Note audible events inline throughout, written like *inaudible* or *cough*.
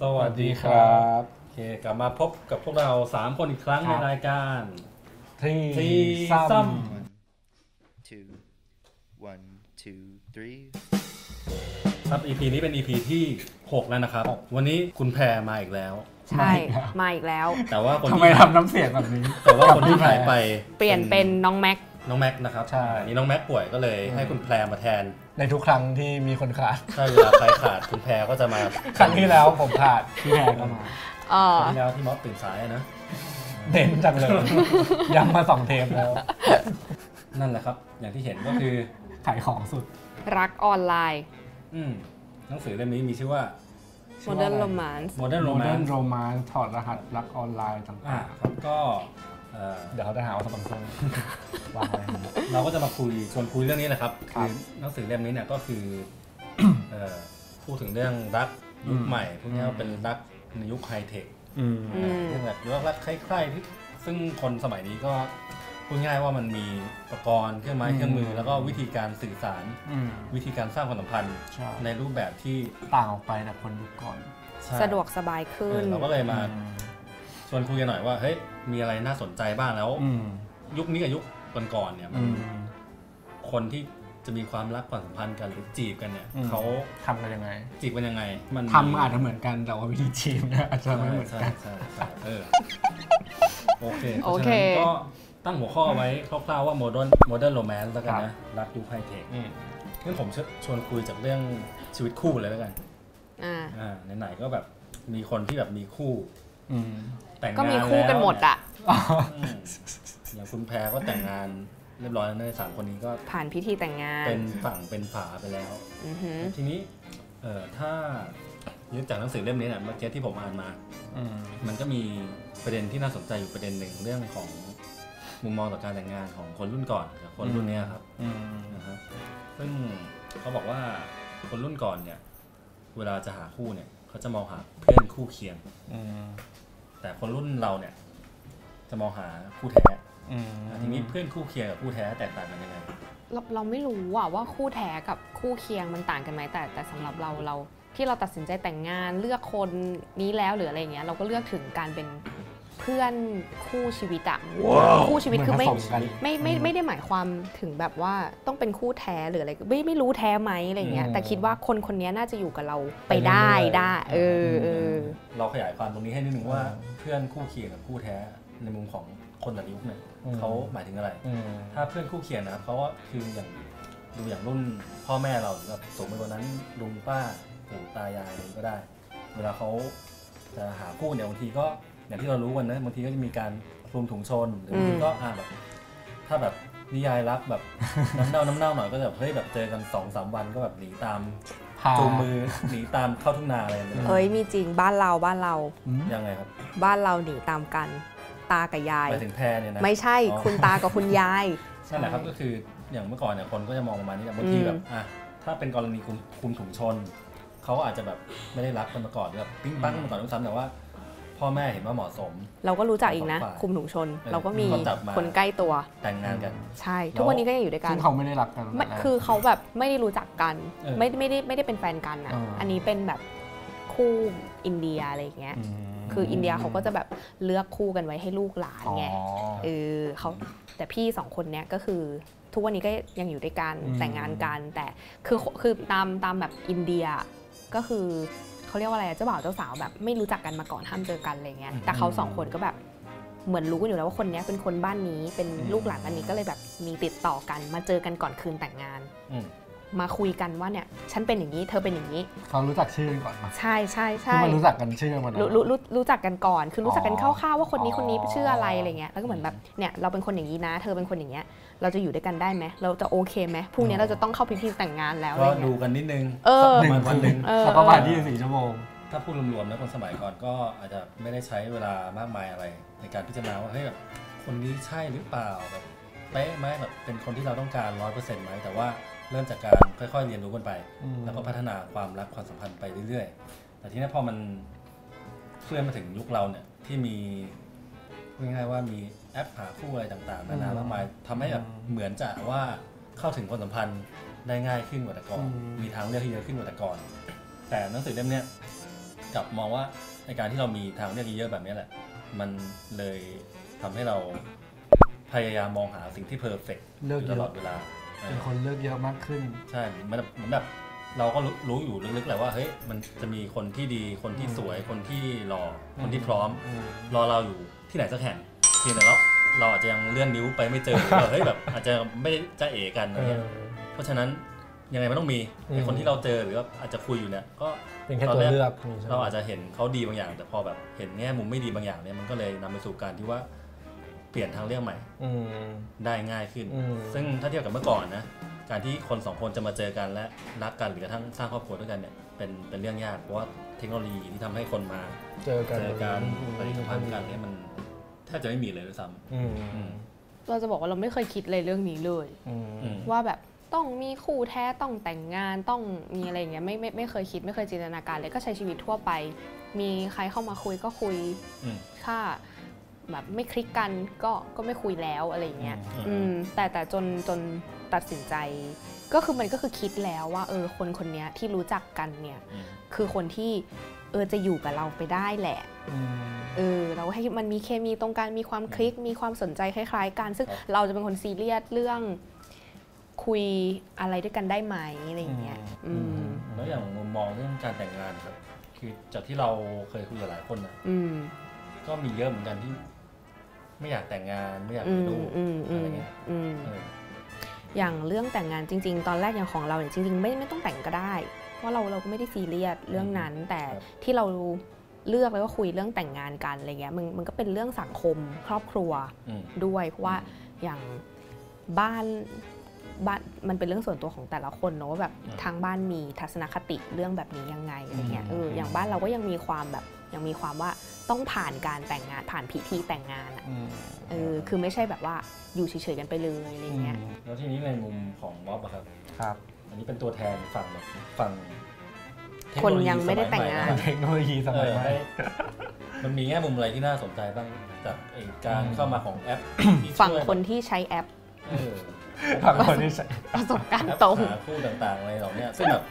สวัสดีครับโอเคกลับมาพบกับพวกเรา 3 คนอีกครั้ง ค ใน รับ รายการ ที่ ที่ซ้ ซ้ One, two, one, two, three. ครับ EP นี้เป็น EP ที่ 6 แล้วนะครับ วันนี้คุณแพรมาอีกแล้ว ใช่ มาอีกแล้ว แต่ว่าคน ำทำไม ที่ ทำน้ำเสียงแบบนี้ แต่ว่าคนที่หายไป เปลี่ยนเป็นน้องแม็ก น้องแม็กซ์นะครับ ใช่ อันนี่น้องแม็กซ์ป่วยก็เลยให้คุณแพรมาแทน ในทุกครั้งที่มีคนขาด ถ้าเวลาใครขาดคุณแพรก็จะมา ครั้งที่แล้วผมขาดพี่แพรก็มา เอ ครั้องที่แล้วที่ม็อบตื่นสายอะนะ เน้นจังเลย ย้ำมาสองเทปแล้ว นั่นแหละครับ อย่างที่เห็นก็คือ ขายของสุด รักออนไลน์ อืมหนังสือเล่มนี้มีชื่อว่า ชื่อว่าอะไร Modern Romance Modern โมเดิร์น Romance โรมานถอดรหัสรักออนไลน์ อ่า ต่าง ครับก็เอ่อ ๆ เดี๋ยวเขาจะหาว่าสปอนเซอร์วางไว้ เราก็จะมาคุยชวนคุยเรื่องนี้นะครับ ครั คื บ อหนังสือเล่มนี้เนี่ยก็คือ *coughs* เอ่อพูดถึงเรื่องรักยุค อืม ใหม่พวกนี้ อืม เป็นรักในยุคไฮเทค อืม อืม เรื่องแบบรักใครๆที่ซึ่งคนสมัยนี้ก็พูดง่ายว่ามันมีอุปกรณ์เครื่องไม้ อืม เครื่องมือ แล้วก็วิธีการสื่อสาร อืม วิธีการสร้างความสัมพันธ์ ใช่ ในรูปแบบที่ ต่างออกไปจากคนยุคก่อน ใช่ สะดวกสบาย เอ ขึ้ อน เราก็เลยมา อืม ชวนคุยกันหน่อยว่าเฮ้ยมีอะไรน่าสนใจบ้างแล้ว อืม ยุคนี้กับยุคก่อนๆเนี่ยมั อื น ม คนที่จะมีความรักความสัมพันธ์กันหรือจีบกันเนี่ย อืม เขา ทำกันยังไง จีบกันยังไง มัน ทำอาจจะเหมือนกันแต่ว่าวิธีชีมเนี่ยอาจจะ ใช่ ไม่เหมือน ใช่ กัน ใช่ใช่เออโอเค โอเค พราะฉะนั้นก็ตั้งหัวข้อไว้คร่าวๆว่าโมเดิร์นโมเดิร์นโรแมนต์แล้วกันนะรักยุคไฮเทค อืม งั้นผมชชวนคุยจากเรื่องชีวิตคู่เลยแล้วกัน อ่า อ่าไหนๆก็แบบมีคนที่แบบมีคู่ อืม แต่งงาน ก็มีคู่กันหมดอะ แล้วอืมอย่างคุณแพรก็แต่งงานเรียบร้อยแล้วในสามคนนี้ก็ ผ่านพิธีแต่งงาน เป็นฝั่งเป็นฝาไปแล้ว อือหือ ทีนี้เอ่อถ้ายึดจากหนังสือเล่มนี้เนี่ยเมื่อกี้ที่ผมอ่านมา อืม มันก็มีประเด็นที่น่าสนใจอยู่ประเด็นหนึ่งเรื่องของมุมมองต่อการแต่งงานของคนรุ่นก่อนกับคนรุ่นเนี้ยครับ อืม นะฮะซึ่งเขาบอกว่าคนรุ่นก่อนเนี่ย เวลาจะหาคู่เนี่ย เขาจะมองหาเพื่อนคู่เคียง อืม แต่คนรุ่นเราเนี่ย จะมองหาคู่แท้ อืม ทีนี้เพื่อนคู่เคียงกับคู่แท้แตกต่างกันยังไง เราเราไม่รู้อะว่าคู่แท้กับคู่เคียงมันต่างกันไหมแต่แต่สำหรับเราเราที่เราตัดสินใจแต่งงานเลือกคนนี้แล้วหรืออะไรอย่างเงี้ยเราก็เลือกถึงการเป็นเพื่อนคู่ชีวิตอะคู่ชีวิตคือไม่ เหนผสกัน ไม่ไม่ไม่ได้หมายความถึงแบบว่าต้องเป็นคู่แท้หรืออะไรไม่ไม่รู้แท้ไหมอะไรเงี้ย อืม แต่คิดว่าคนคนนี้น่าจะอยู่กับเรา ไป ไป เรื่ ได้ อยๆ ได้ เออเออ เราขยายความตรงนี้ให้นิดนึงว่า อ่า เพื่อนคู่เคียงกับคู่แท้ในมุมของคนแต่ละยุคเนี่ย อืม เขาหมายถึงอะไร อืม ถ้าเพื่อนคู่เขียนนะครับเขาก็คืออย่างดูอย่างรุ่นพ่อแม่เราหรือแบบสมมติวันนั้นลุงป้าปู่ตายายอะไรก็ได้ เวลาเขาจะหาคู่เนี่ยบางทีก็อย่างที่เรารู้กันนะบางทีก็จะมีการคลุมถุงชนหรือบางทีก็อ่าแบบถ้าแบบนิยายรักแบบ *laughs* น้ำเน่าน้ำเน่าหน่อยก็จะแบบเฮ้ยแบบเจอกันสองสามวันก็แบบหนีตาม พา จูงมือหนีตามเข้าทุ่งนาอะไรอย่างเงี้ย เอ้ยมีจริงบ้านเราบ้านเรา ยังไงครับ บ้านเราหนีตามกัน ตากับยาย หมายถึงแพรเนี่ยนะ ไม่ใช่ อ๋อ คุณตากับคุณยาย นั่นแหละครับก็คืออย่างเมื่อก่อนเนี่ยคนก็จะมองประมาณนี้แหละบางที อืม แบบอ่ะถ้าเป็นกรณีคุมคุมถุงชน เขาอาจจะแบบไม่ได้รักกันมาก่อนหรือแบบปิ๊งปังกันมาก่อนด้วยซ้ำแต่ว่า พ่อแม่เห็นว่าเหมาะสม เราก็รู้จักอีกนะ สองฝ่าย คุมถุงชน เออ เราก็มี คนจับมา คนใกล้ตัว แต่งงานกัน ใช่ ทุกวันนี้ก็ยังอยู่ด้วยกั ซึ่ น งเขาไม่ได้รักกัน ไม่ นะ คือเขาแบบไม่ได้รู้จักกัน เออ ไม่ไม่ได้ไม่ได้เป็นแฟนกันอ่ะ อ่า อันนี้เป็นแบบคู่อินเดียอะไรอย่างเงี้ย ม คืออินเดียเขาก็จะแบบเลือกคู่กันไว้ให้ลูกหลานไง อ๋อ เออเขาแต่พี่สองคนเนี้ยก็คือ ทุกวันนี้ก็ยังอยู่ด้วยกัน อืม แต่งงานกันแต่คือคือตามตามแบบอินเดียก็คือเขาเรียกว่าอะไรอะเจ้าบ่าวเจ้าสาวแบบไม่รู้จักกันมาก่อนห้ามเจอกันอะไรเงี้ยแต่เขาสองคนก็แบบเหมือนรู้กันอยู่แล้วว่าคนเนี้ยเป็นคนบ้านนี้เป็นลูกหลานบ้านนี้ก็เลยแบบมีติดต่อกัน มาเจอกันก่อนคืนแต่งงาน อืม มาคุยกันว่าเนี่ยฉันเป็นอย่างนี้เธอเป็นอย่างนี้ เขารู้จักชื่อกันก่อนมา ใช่ใช่ คือ ใช่ มันรู้จักกันชื่อมัน รู้รู้รู้รู้จักกันก่อน คือรู้จักกันค อ๋อ ร่าวๆว่าคนนี้คนนี้ อ๋อ ชื่ออะไรอะไรเงี้ย แล้วก็เหมือนแบบเนี่ยเราเป็นคนอย่างนี้นะ เธอเป็นคนอย่างเงี้ย เราจะอยู่ด้วยกันได้ไหม เราจะโอเคไหมพรุ่งนี้เราจะต้องเข้าพิธีแต่งงานแล้วอะ ก็ ไรเงี้ ดู ย กันนิดนึง เออ สักประมาณวันหนึ่ง เออ สักประมาณ24ชั่วโมง ถ้าพูดรวมๆนะคนสมัยก่อนก็อาจจะไม่ได้ใช้เวลามากมายอะไร ในการพิจารณาว่าเฮ้ยแบบคนนี้ใช่หรือเปล่าแบบเป๊ะไหมแบบเป็นคนที่เราต้องการร้อยเปอร์เซ็นต์ไหมแต่ว่าเริ่มจากการค่อยๆเรียนรู้กันไป อืม แล้วก็พัฒนาความรักความสัมพันธ์ไปเรื่อยๆ แต่ทีนี้พอมันเคลื่อนมาถึงยุคเราเนี่ยที่มีพูดง่ายๆว่ามีแอปหาคู่อะไรต่างๆนานามากมายทำให้แบบเหมือนจะว่าเข้าถึงความสัมพันธ์ได้ง่ายขึ้นกว่าแต่ก่อน อืม มีทางเลือกที่เยอะขึ้นกว่าแต่ก่อน แต่หนังสือเล่มเนี้ย กลับมองว่าในการที่เรามีทางเลือกเยอะๆแบบนี้แหละ มันเลยทำให้เราพยายามมองหาสิ่งที่เพอร์เฟกต์ เลือก อยู่ตเยอะ ลอดเวลา เป็นคนเลือกเยอะมากขึ้น ใช่มันแบบเหมือนแบบเราก็รู้รู้อยู่ลึกๆแหละว่าเฮ้ยมันจะมีคนที่ดีคนที่สวยคนที่หล่อคนที่พร้อม รอเราอยู่ที่ไหนสักแห่งเพียงแต่เราเราอาจจะยังเลื่อนนิ้วไปไม่เจ *laughs* อหรือว่าเฮ้ยแบบอาจจะไม่ได้จะเอกันอะไรเงี้ยเพราะฉะนั้นยังไงมันต้องมี อืม ไอคนที่เราเจอหรือว่าอาจจะคุยอยู่เนี่ยก็ เป็นแค่ ต ตั น ว รก เลือก เราอาจจะเห็นเขาดีบางอย่าง แต่พอแบบเห็นแง่มุมไม่ดีบางอย่างเนี่ยมันก็เลยนำไปสู่การที่ว่าเปลี่ยนทางเลือกใหม่ อืม ได้ง่ายขึ้น อืม ซึ่งถ้าเทียบกับเมื่อก่อนนะการที่คนสองคนจะมาเจอกันและรักกันหรือกระทั่งสร้างครอบครัวด้วยกันเนี่ยเป็นเป็นเรื่องยากเพราะว่าเทคโนโลยีที่ทำให้คนมา เจอกัน เจอการปฏิสัมพันธ์กันเนี่ยมันแทบจะไม่มีเลยด้วยซ้ำ อืม อืม เราจะบอกว่าเราไม่เคยคิดเลยเรื่องนี้เลย อืม อืม ว่าแบบต้องมีคู่แท้ต้องแต่งงานต้องมีอะไรอย่างเงี้ยไม่ไม่ไม่เคยคิด ไม่เคยจินตนาการเลยก็ใช้ชีวิตทั่วไป มีใครเข้ามาคุยก็คุย อืม ถ้าแบบไม่คลิกกันก็ก็ไม่คุยแล้วอะไรอย่างเงี้ย อืม อืมแต่แต่จนจนตัดสินใจ ก็คือมันก็คือคิดแล้วว่าเออคนคนเนี้ยที่รู้จักกันเนี่ย อืม คือคนที่เออจะอยู่กับเราไปได้แหละ อืม เออเราให้มันมีเคมีตรงกันมีความคลิกมีความสนใจคล้าย ๆ กัน ซึ่ง ครับ เราจะเป็นคนซีเรียสเรื่องคุยอะไรด้วยกันได้ไหมอะไรอย่างเงี้ย อื อื ม ม แล้วอย่างมุมมองเรื่องการแต่งงานครับ คือจากที่เราเคยคุยกับหลายคนนะ อืม ก็มีเยอะเหมือนกันที่ ไม่อยากแต่งงานไม่อยาก อื มี ม ลูก อืมอื อะไร ม เงี้ย อืม เออ อย่างเรื่องแต่งงานจริง ๆ ตอนแรกอย่างของเราเนี่ยจริง ๆ ไม่ไม่ต้องแต่งก็ได้เพราะเราเราก็ไม่ได้ซีเรียสเรื่องนั้น แต่ที่เราเลือกแล้วก็คุยเรื่องแต่งงานกันอะไรเงี้ยมันมันก็เป็นเรื่องสังคมครอบครัว อืม ด้วยเพราะว่าอย่างบ้านบ้านมันเป็นเรื่องส่วนตัวของแต่ละคนเนอะว่าแบบ อืม ทางบ้านมีทัศนคติเรื่องแบบนี้ยังไงอะไรเงี้ยเอออย่างบ้านเราก็ยังมีความแบบยังมีความว่าต้องผ่านการแต่งงานผ่านพิธีแต่งงานอะ อืม เออคือไม่ใช่แบบว่าอยู่เฉยๆกันไปเลยอะไรเงี้ย แล้วทีนี้ในมุมของม็อบอะครับ ครับ อันนี้เป็นตัวแทนฝั่งแบบฝั่ง คนยังไม่ได้แต่งงาน เทคโนโลยีส เทคโนโลยีสมัยมัยใหม่ ใหม่นะครับเอ *laughs* อมันมีแง่มุมอะไรที่น่าสนใจบ้างจากไอ้การเข้ามาของแอปที่ช่วย ฝั่งคนที่ใช้แอป เออ บางคนที่ใช้ ประสบการ แอ ณ์ ป ตรง หาคู่ต่างๆอะไรเหล่าเนี้ยซึ่งแบบ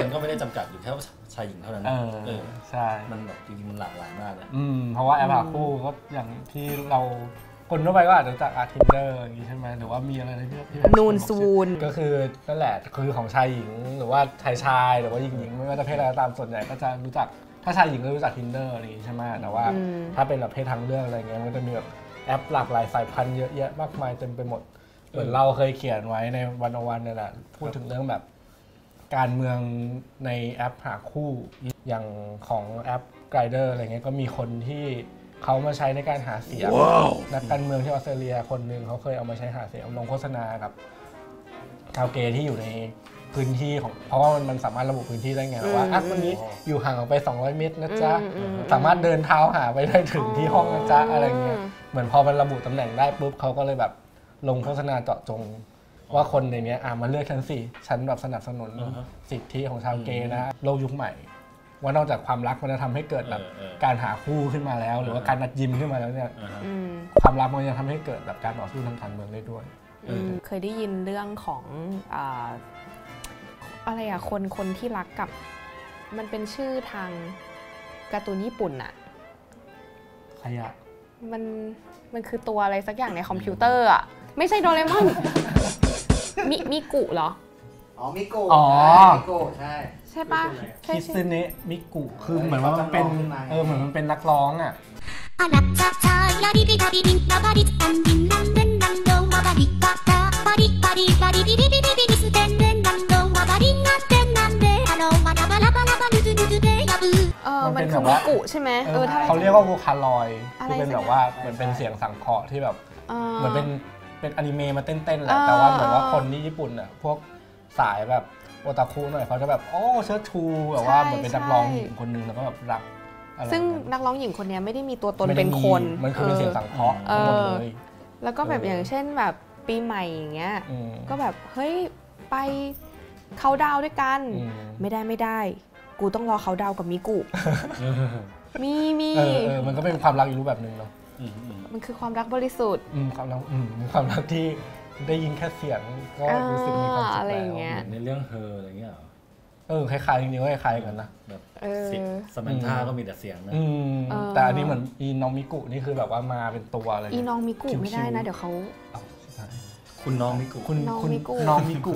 มันก็ไม่ได้จำกัดอยู่แค่ว่าชายหญิงเท่านั้น เอ นะ อ เออ ใช่ มันแบบจริงๆมันหลากหลายมากนะ อืม เพราะว่าแอปหาคู่ก็อย่างที่เราคนทั่วไปก็อาจจะรู้จักอาร์ทินเดอร์อย่างนี้ใช่ไหมหรือว่ามีอะไรที่ที่แบบ นูนซูน ก็คือนั่นแหละคือของชายหญิง หรือว่าชายชายหรือว่าหญิงหญิงไม่ว่าจะเพศอะไรก็ตามส่วนใหญ่ก็จะรู้จักถ้าชายหญิงก็รู้จักทินเดอร์อะไรอย่างนี้ใช่ไหมแต่ว่า อืม ถ้าเป็นแบบเพศทางเลือกอะไรเงี้ยมันก็จะมีแบบแอปหลากหลายสายพันธุ์เยอะแยะมากมายเต็มไปหมด เหมือนเราเคยเขียนไว้ในวันอวันเนี่ยแหละพูดถึงเรื่องแบบ การเมืองในแอปหาคู่อย่างของแอปไกด์เดอร์อะไรเงี้ยก็มีคนที่เขามาใช้ในการหาเสียงนักการเมืองที่ออสเตรเลียคนหนึ่งเขาเคยเอามาใช้หาเสียงลงโฆษณากับชาวเกย์ที่อยู่ในพื้นที่ของเพราะว่ามันมันสามารถระบุพื้นที่ได้ไงว่าอ่ะคนนี้อยู่ห่างออกไป 200 เมตรนะจ๊ะ อืมอืมอืม สามารถเดินเท้าหาไปได้ถึงที่ห้องนะจ๊ะอะไรเงี้ย เหมือนพอมันระบุตำแหน่งได้ปุ๊บเขาก็เลยแบบลงโฆษณาเจาะจง ว่าคนในเนี้ยอ่ะมาเลือกฉันสิฉันแบบสนับสนุนสิทธิของชาวเกย์นะโลกยุคใหม่ ว่านอกจากความรักมันจะทำให้เกิดแบบ เออเออ การหาคู่ขึ้นมาแล้ว หรือว่า อ่า การนัดยิมขึ้นมาแล้วเนี่ย อ่าฮะ อืม ความรักมันยังทำให้เกิดแบบการต่อสู้ทางการเมืองได้ด้วย เออ เคยได้ยินเรื่องของอาอะไรอะคนคนที่รักกับ มันเป็นชื่อทางการ์ตูนญี่ปุ่นอะ ขยะ มันมันคือตัวอะไรสักอย่างในคอมพิวเตอร์อะไม่ใช่โดเรม *laughs* อนมิมิกุเหรอ อ๋อมิโกะ อ๋อ ใช่มิโกะใช่ ใช่ปะใช่ คิ ใช่ ซึเนะมิกุคือเหมือนว่ามันเป็น เขาจำลองขึ้นมาไง เออเหมือนมันเป็นนักร้องอ่ะ 알았다 다리비다비빈 바바릿 안빈 남는 남도 와바릿 바다 바릿 바릿 바리비리비리비리 스탠는 남도 와바릿 남댄 남대 아노마 나바라바라바 누두누두대 야부 เออ มั มัน นเป็น คือ แบบ มิ ว่า กุใช่ไหมเออถ้า เขาเรียกว่าวูคาลอยด์ อะคืไรอเป็นแบบว่าเหมือนเป็นเสียงสังเคราะห์ที่แบบ อ่า เหมือนเป็นเป็นอนิเมะมาเต้นๆแหละ อ่า แต่ว่าเหมือนว่า อ่า คนที่ญี่ปุ่นอ่ะพวกสายแบบโอตาคุหน่อยเขาจะแบบโอ้เชิดชูแบบว่า ใช่ เหมือนเป็นนัก ใช่ ร้องหญิงคนนึงแล้วก็แบบรักอะไร ซึ่ง แบบ นักร้องหญิงคนเนี้ยไม่ได้มีตัวตน ไม่ได้ เป็นคน มันคือเป็นเสียงสังเคราะห์ เอ ทั้งหมด อ เลย แล้วก็แบบอย่างเช่นแบบปีใหม่อย่างเงี้ย ม ก็แบบเฮ้ยไปเขาน์ดาวน์ด้วยกัน อืม ไม่ได้ไม่ได้ กูต้องรอเขาดาวกับมิกุ มีมี เออเออมันก็เป็นความรักอีกรูปแบบหนึ่งเนาะ อืมอืม มันคือความรักบริสุทธิ์ อืมความรักอืมความรักที่ได้ยินแค่เสียงก็รู้สึกมีความ อ่า สุข อะไร แล้ อย่าง ว เงี้ย ในเรื่องเธออะไรเงี้ยเหรอ เออคล้ายๆจริงๆก็คล้ายๆกันนะ แบบ เออ สิสมันท่าก็มีแต่เสียงนะ อืม เออ แต่อันนี้เหมือนอีนองมิกุนี่คือแบบว่ามาเป็นตัวอะไร อี เย น้องมิกุไม่ได้นะ คิ้วๆ เดี๋ยวเขา เอาชิบหาย คุณน้องมิกุ คุณ น้อง คุณ มิกุ น้องมิกุ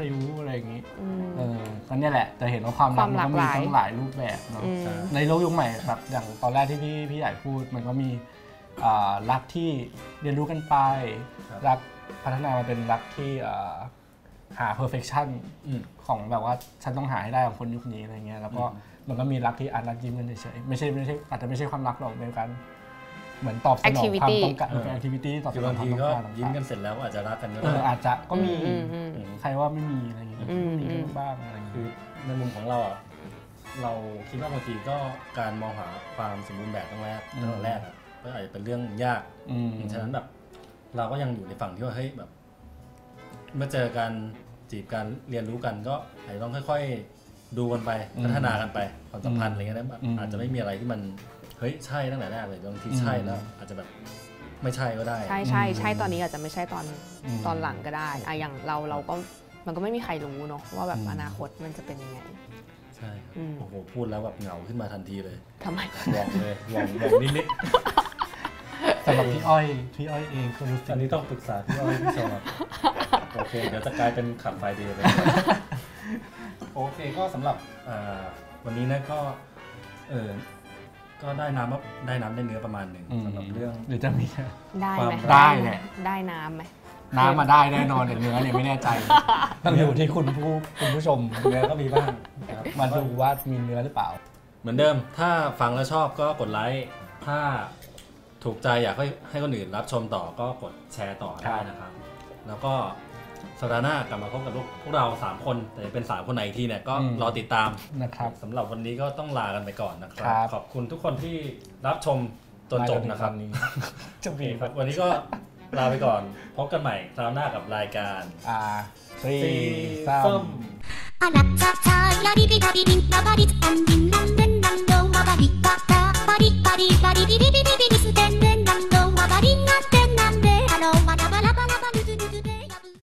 คิวอะไรอย่างนี้ อืม เออก็เนี่ยแหละจะเห็นว่าความรัก ความ มัน หลา ก็ ก มี หลาย ทั้งหลายรูปแบบเนาะ อืม ในโลกยุคใหม่แบบอย่างตอนแรกที่พี่พี่ใหญ่พูด มันก็มีอ่ารักที่เรียนรู้กันไป ครับ รักพัฒนามาเป็นรักที่อ่าหา perfection อืม ของแบบว่าฉันต้องหาให้ได้ของคนยุคนี้อะไรเงี้ยแล้วก็มันก็มีรักที่อานัดยิ้มกันเฉยๆไม่ใช่ไม่ใช่อาจจะไม่ใช่ความรักหรอกเป็นการเหมือนตอบสนองความ Activity ต้องการ เออ เป็น activity ตอบส คืออบนาง งความ ที ต้อง ก็ การ ยิ้มกันเสร็จแล้วอาจจะรักกันก็ เอ ได้ ออาจจะก็มี อืมอืมอืม ใครว่าไม่มีอะไรเงี้ย อืม มี อืม กันบ้างอะไรเงี้ย คือในมุมของเราอ่ะเราคิดว่าบางทีก็การมองหาความสมบูรณ์แบบตั้งแรก อืม ตั้งแต่แรกอะก็อาจจะเป็นเรื่องยาก อืม ฉะนั้นแบบเราก็ยังอยู่ในฝั่งที่ว่าเฮ้ยแบบมาเจอกันจีบกันเรียนรู้กันก็อาจจะต้องค่อย ๆ ดูกันไป อืม พัฒนากันไปความสัมพันธ์อะไรเงี้ยนะ อืม อาจจะไม่มีอะไรที่มันเฮ้ยใช่ตั้งแต่แรกเลยบางทีใช่แล้ว อืม อาจจะแบบไม่ใช่ก็ได้ ใช่ใช่ใช่ตอนนี้อาจจะไม่ใช่ตอน อืม ตอนหลังก็ได้อะอย่างเราเราก็มันก็ไม่มีใครรู้เนาะว่าแบบ อืม อนาคตมันจะเป็นยังไง ใช่ครับ อืม โอ้โหพูดแล้วแบบเหงาขึ้นมาทันที *laughs* เลย ทำไม หวองเลยหวองหวองนิด สำหรับพี่อ้อยพี่อ้อยเองก็รู้ ๆ สึ อั ก นนี้ต้องปรึกษาพี่อ้อยพี่ชมครับ *laughs* โอเคเดี๋ยวจะกลายเป็นขับไฟเดย์ไป โอเคก็สำหรับอ่าวันนี้นะก็เออก็ได้น้ำว่าได้น้ำได้เนื้อประมาณหนึ่งสำหรับเรื่อง หรือจะมี ได้ไหม ความ ได้แหละ ได้น้ำไหม น้ำมาได้แน่นอนแต่เนื้อเนี่ยไม่แน่ใจ *laughs* ต้องอยู่ที่คุณผู้คุณผู้ชม เนื้อก็มีบ้างนะครับ มาดูว่ามีเนื้อหรือเปล่า เหมือนเดิม ถ้าฟังแล้วชอบก็กดไลค์ถ้าถูกใจอยากให้ให้คนอื่นรับชมต่อก็กดแชร์ต่อได้นะครับ แล้วก็สัปดาห์หน้ากลับมาพบกับพวกเรา 3 คน แต่จะเป็น 3 คนไหนอีกทีเนี่ยก็ อืม รอติดตาม นะครับ สำหรับวันนี้ก็ต้องลากันไปก่อนนะครับ ครับ ขอบคุณทุกคนที่รับชมจนจบนะครับ มาจถึงตอนี้ จะมี นี่ ค ค รั รั บบ วันนี้ก็ลาไปก่อน พบกันใหม่คราวหน้ากับรายการ อ่าซี ส้ ซ้ำ ม あらちゃちゃやりびたびびんばばりつたんびんなんでんなんどまばりかかばりばりばりびびびびびり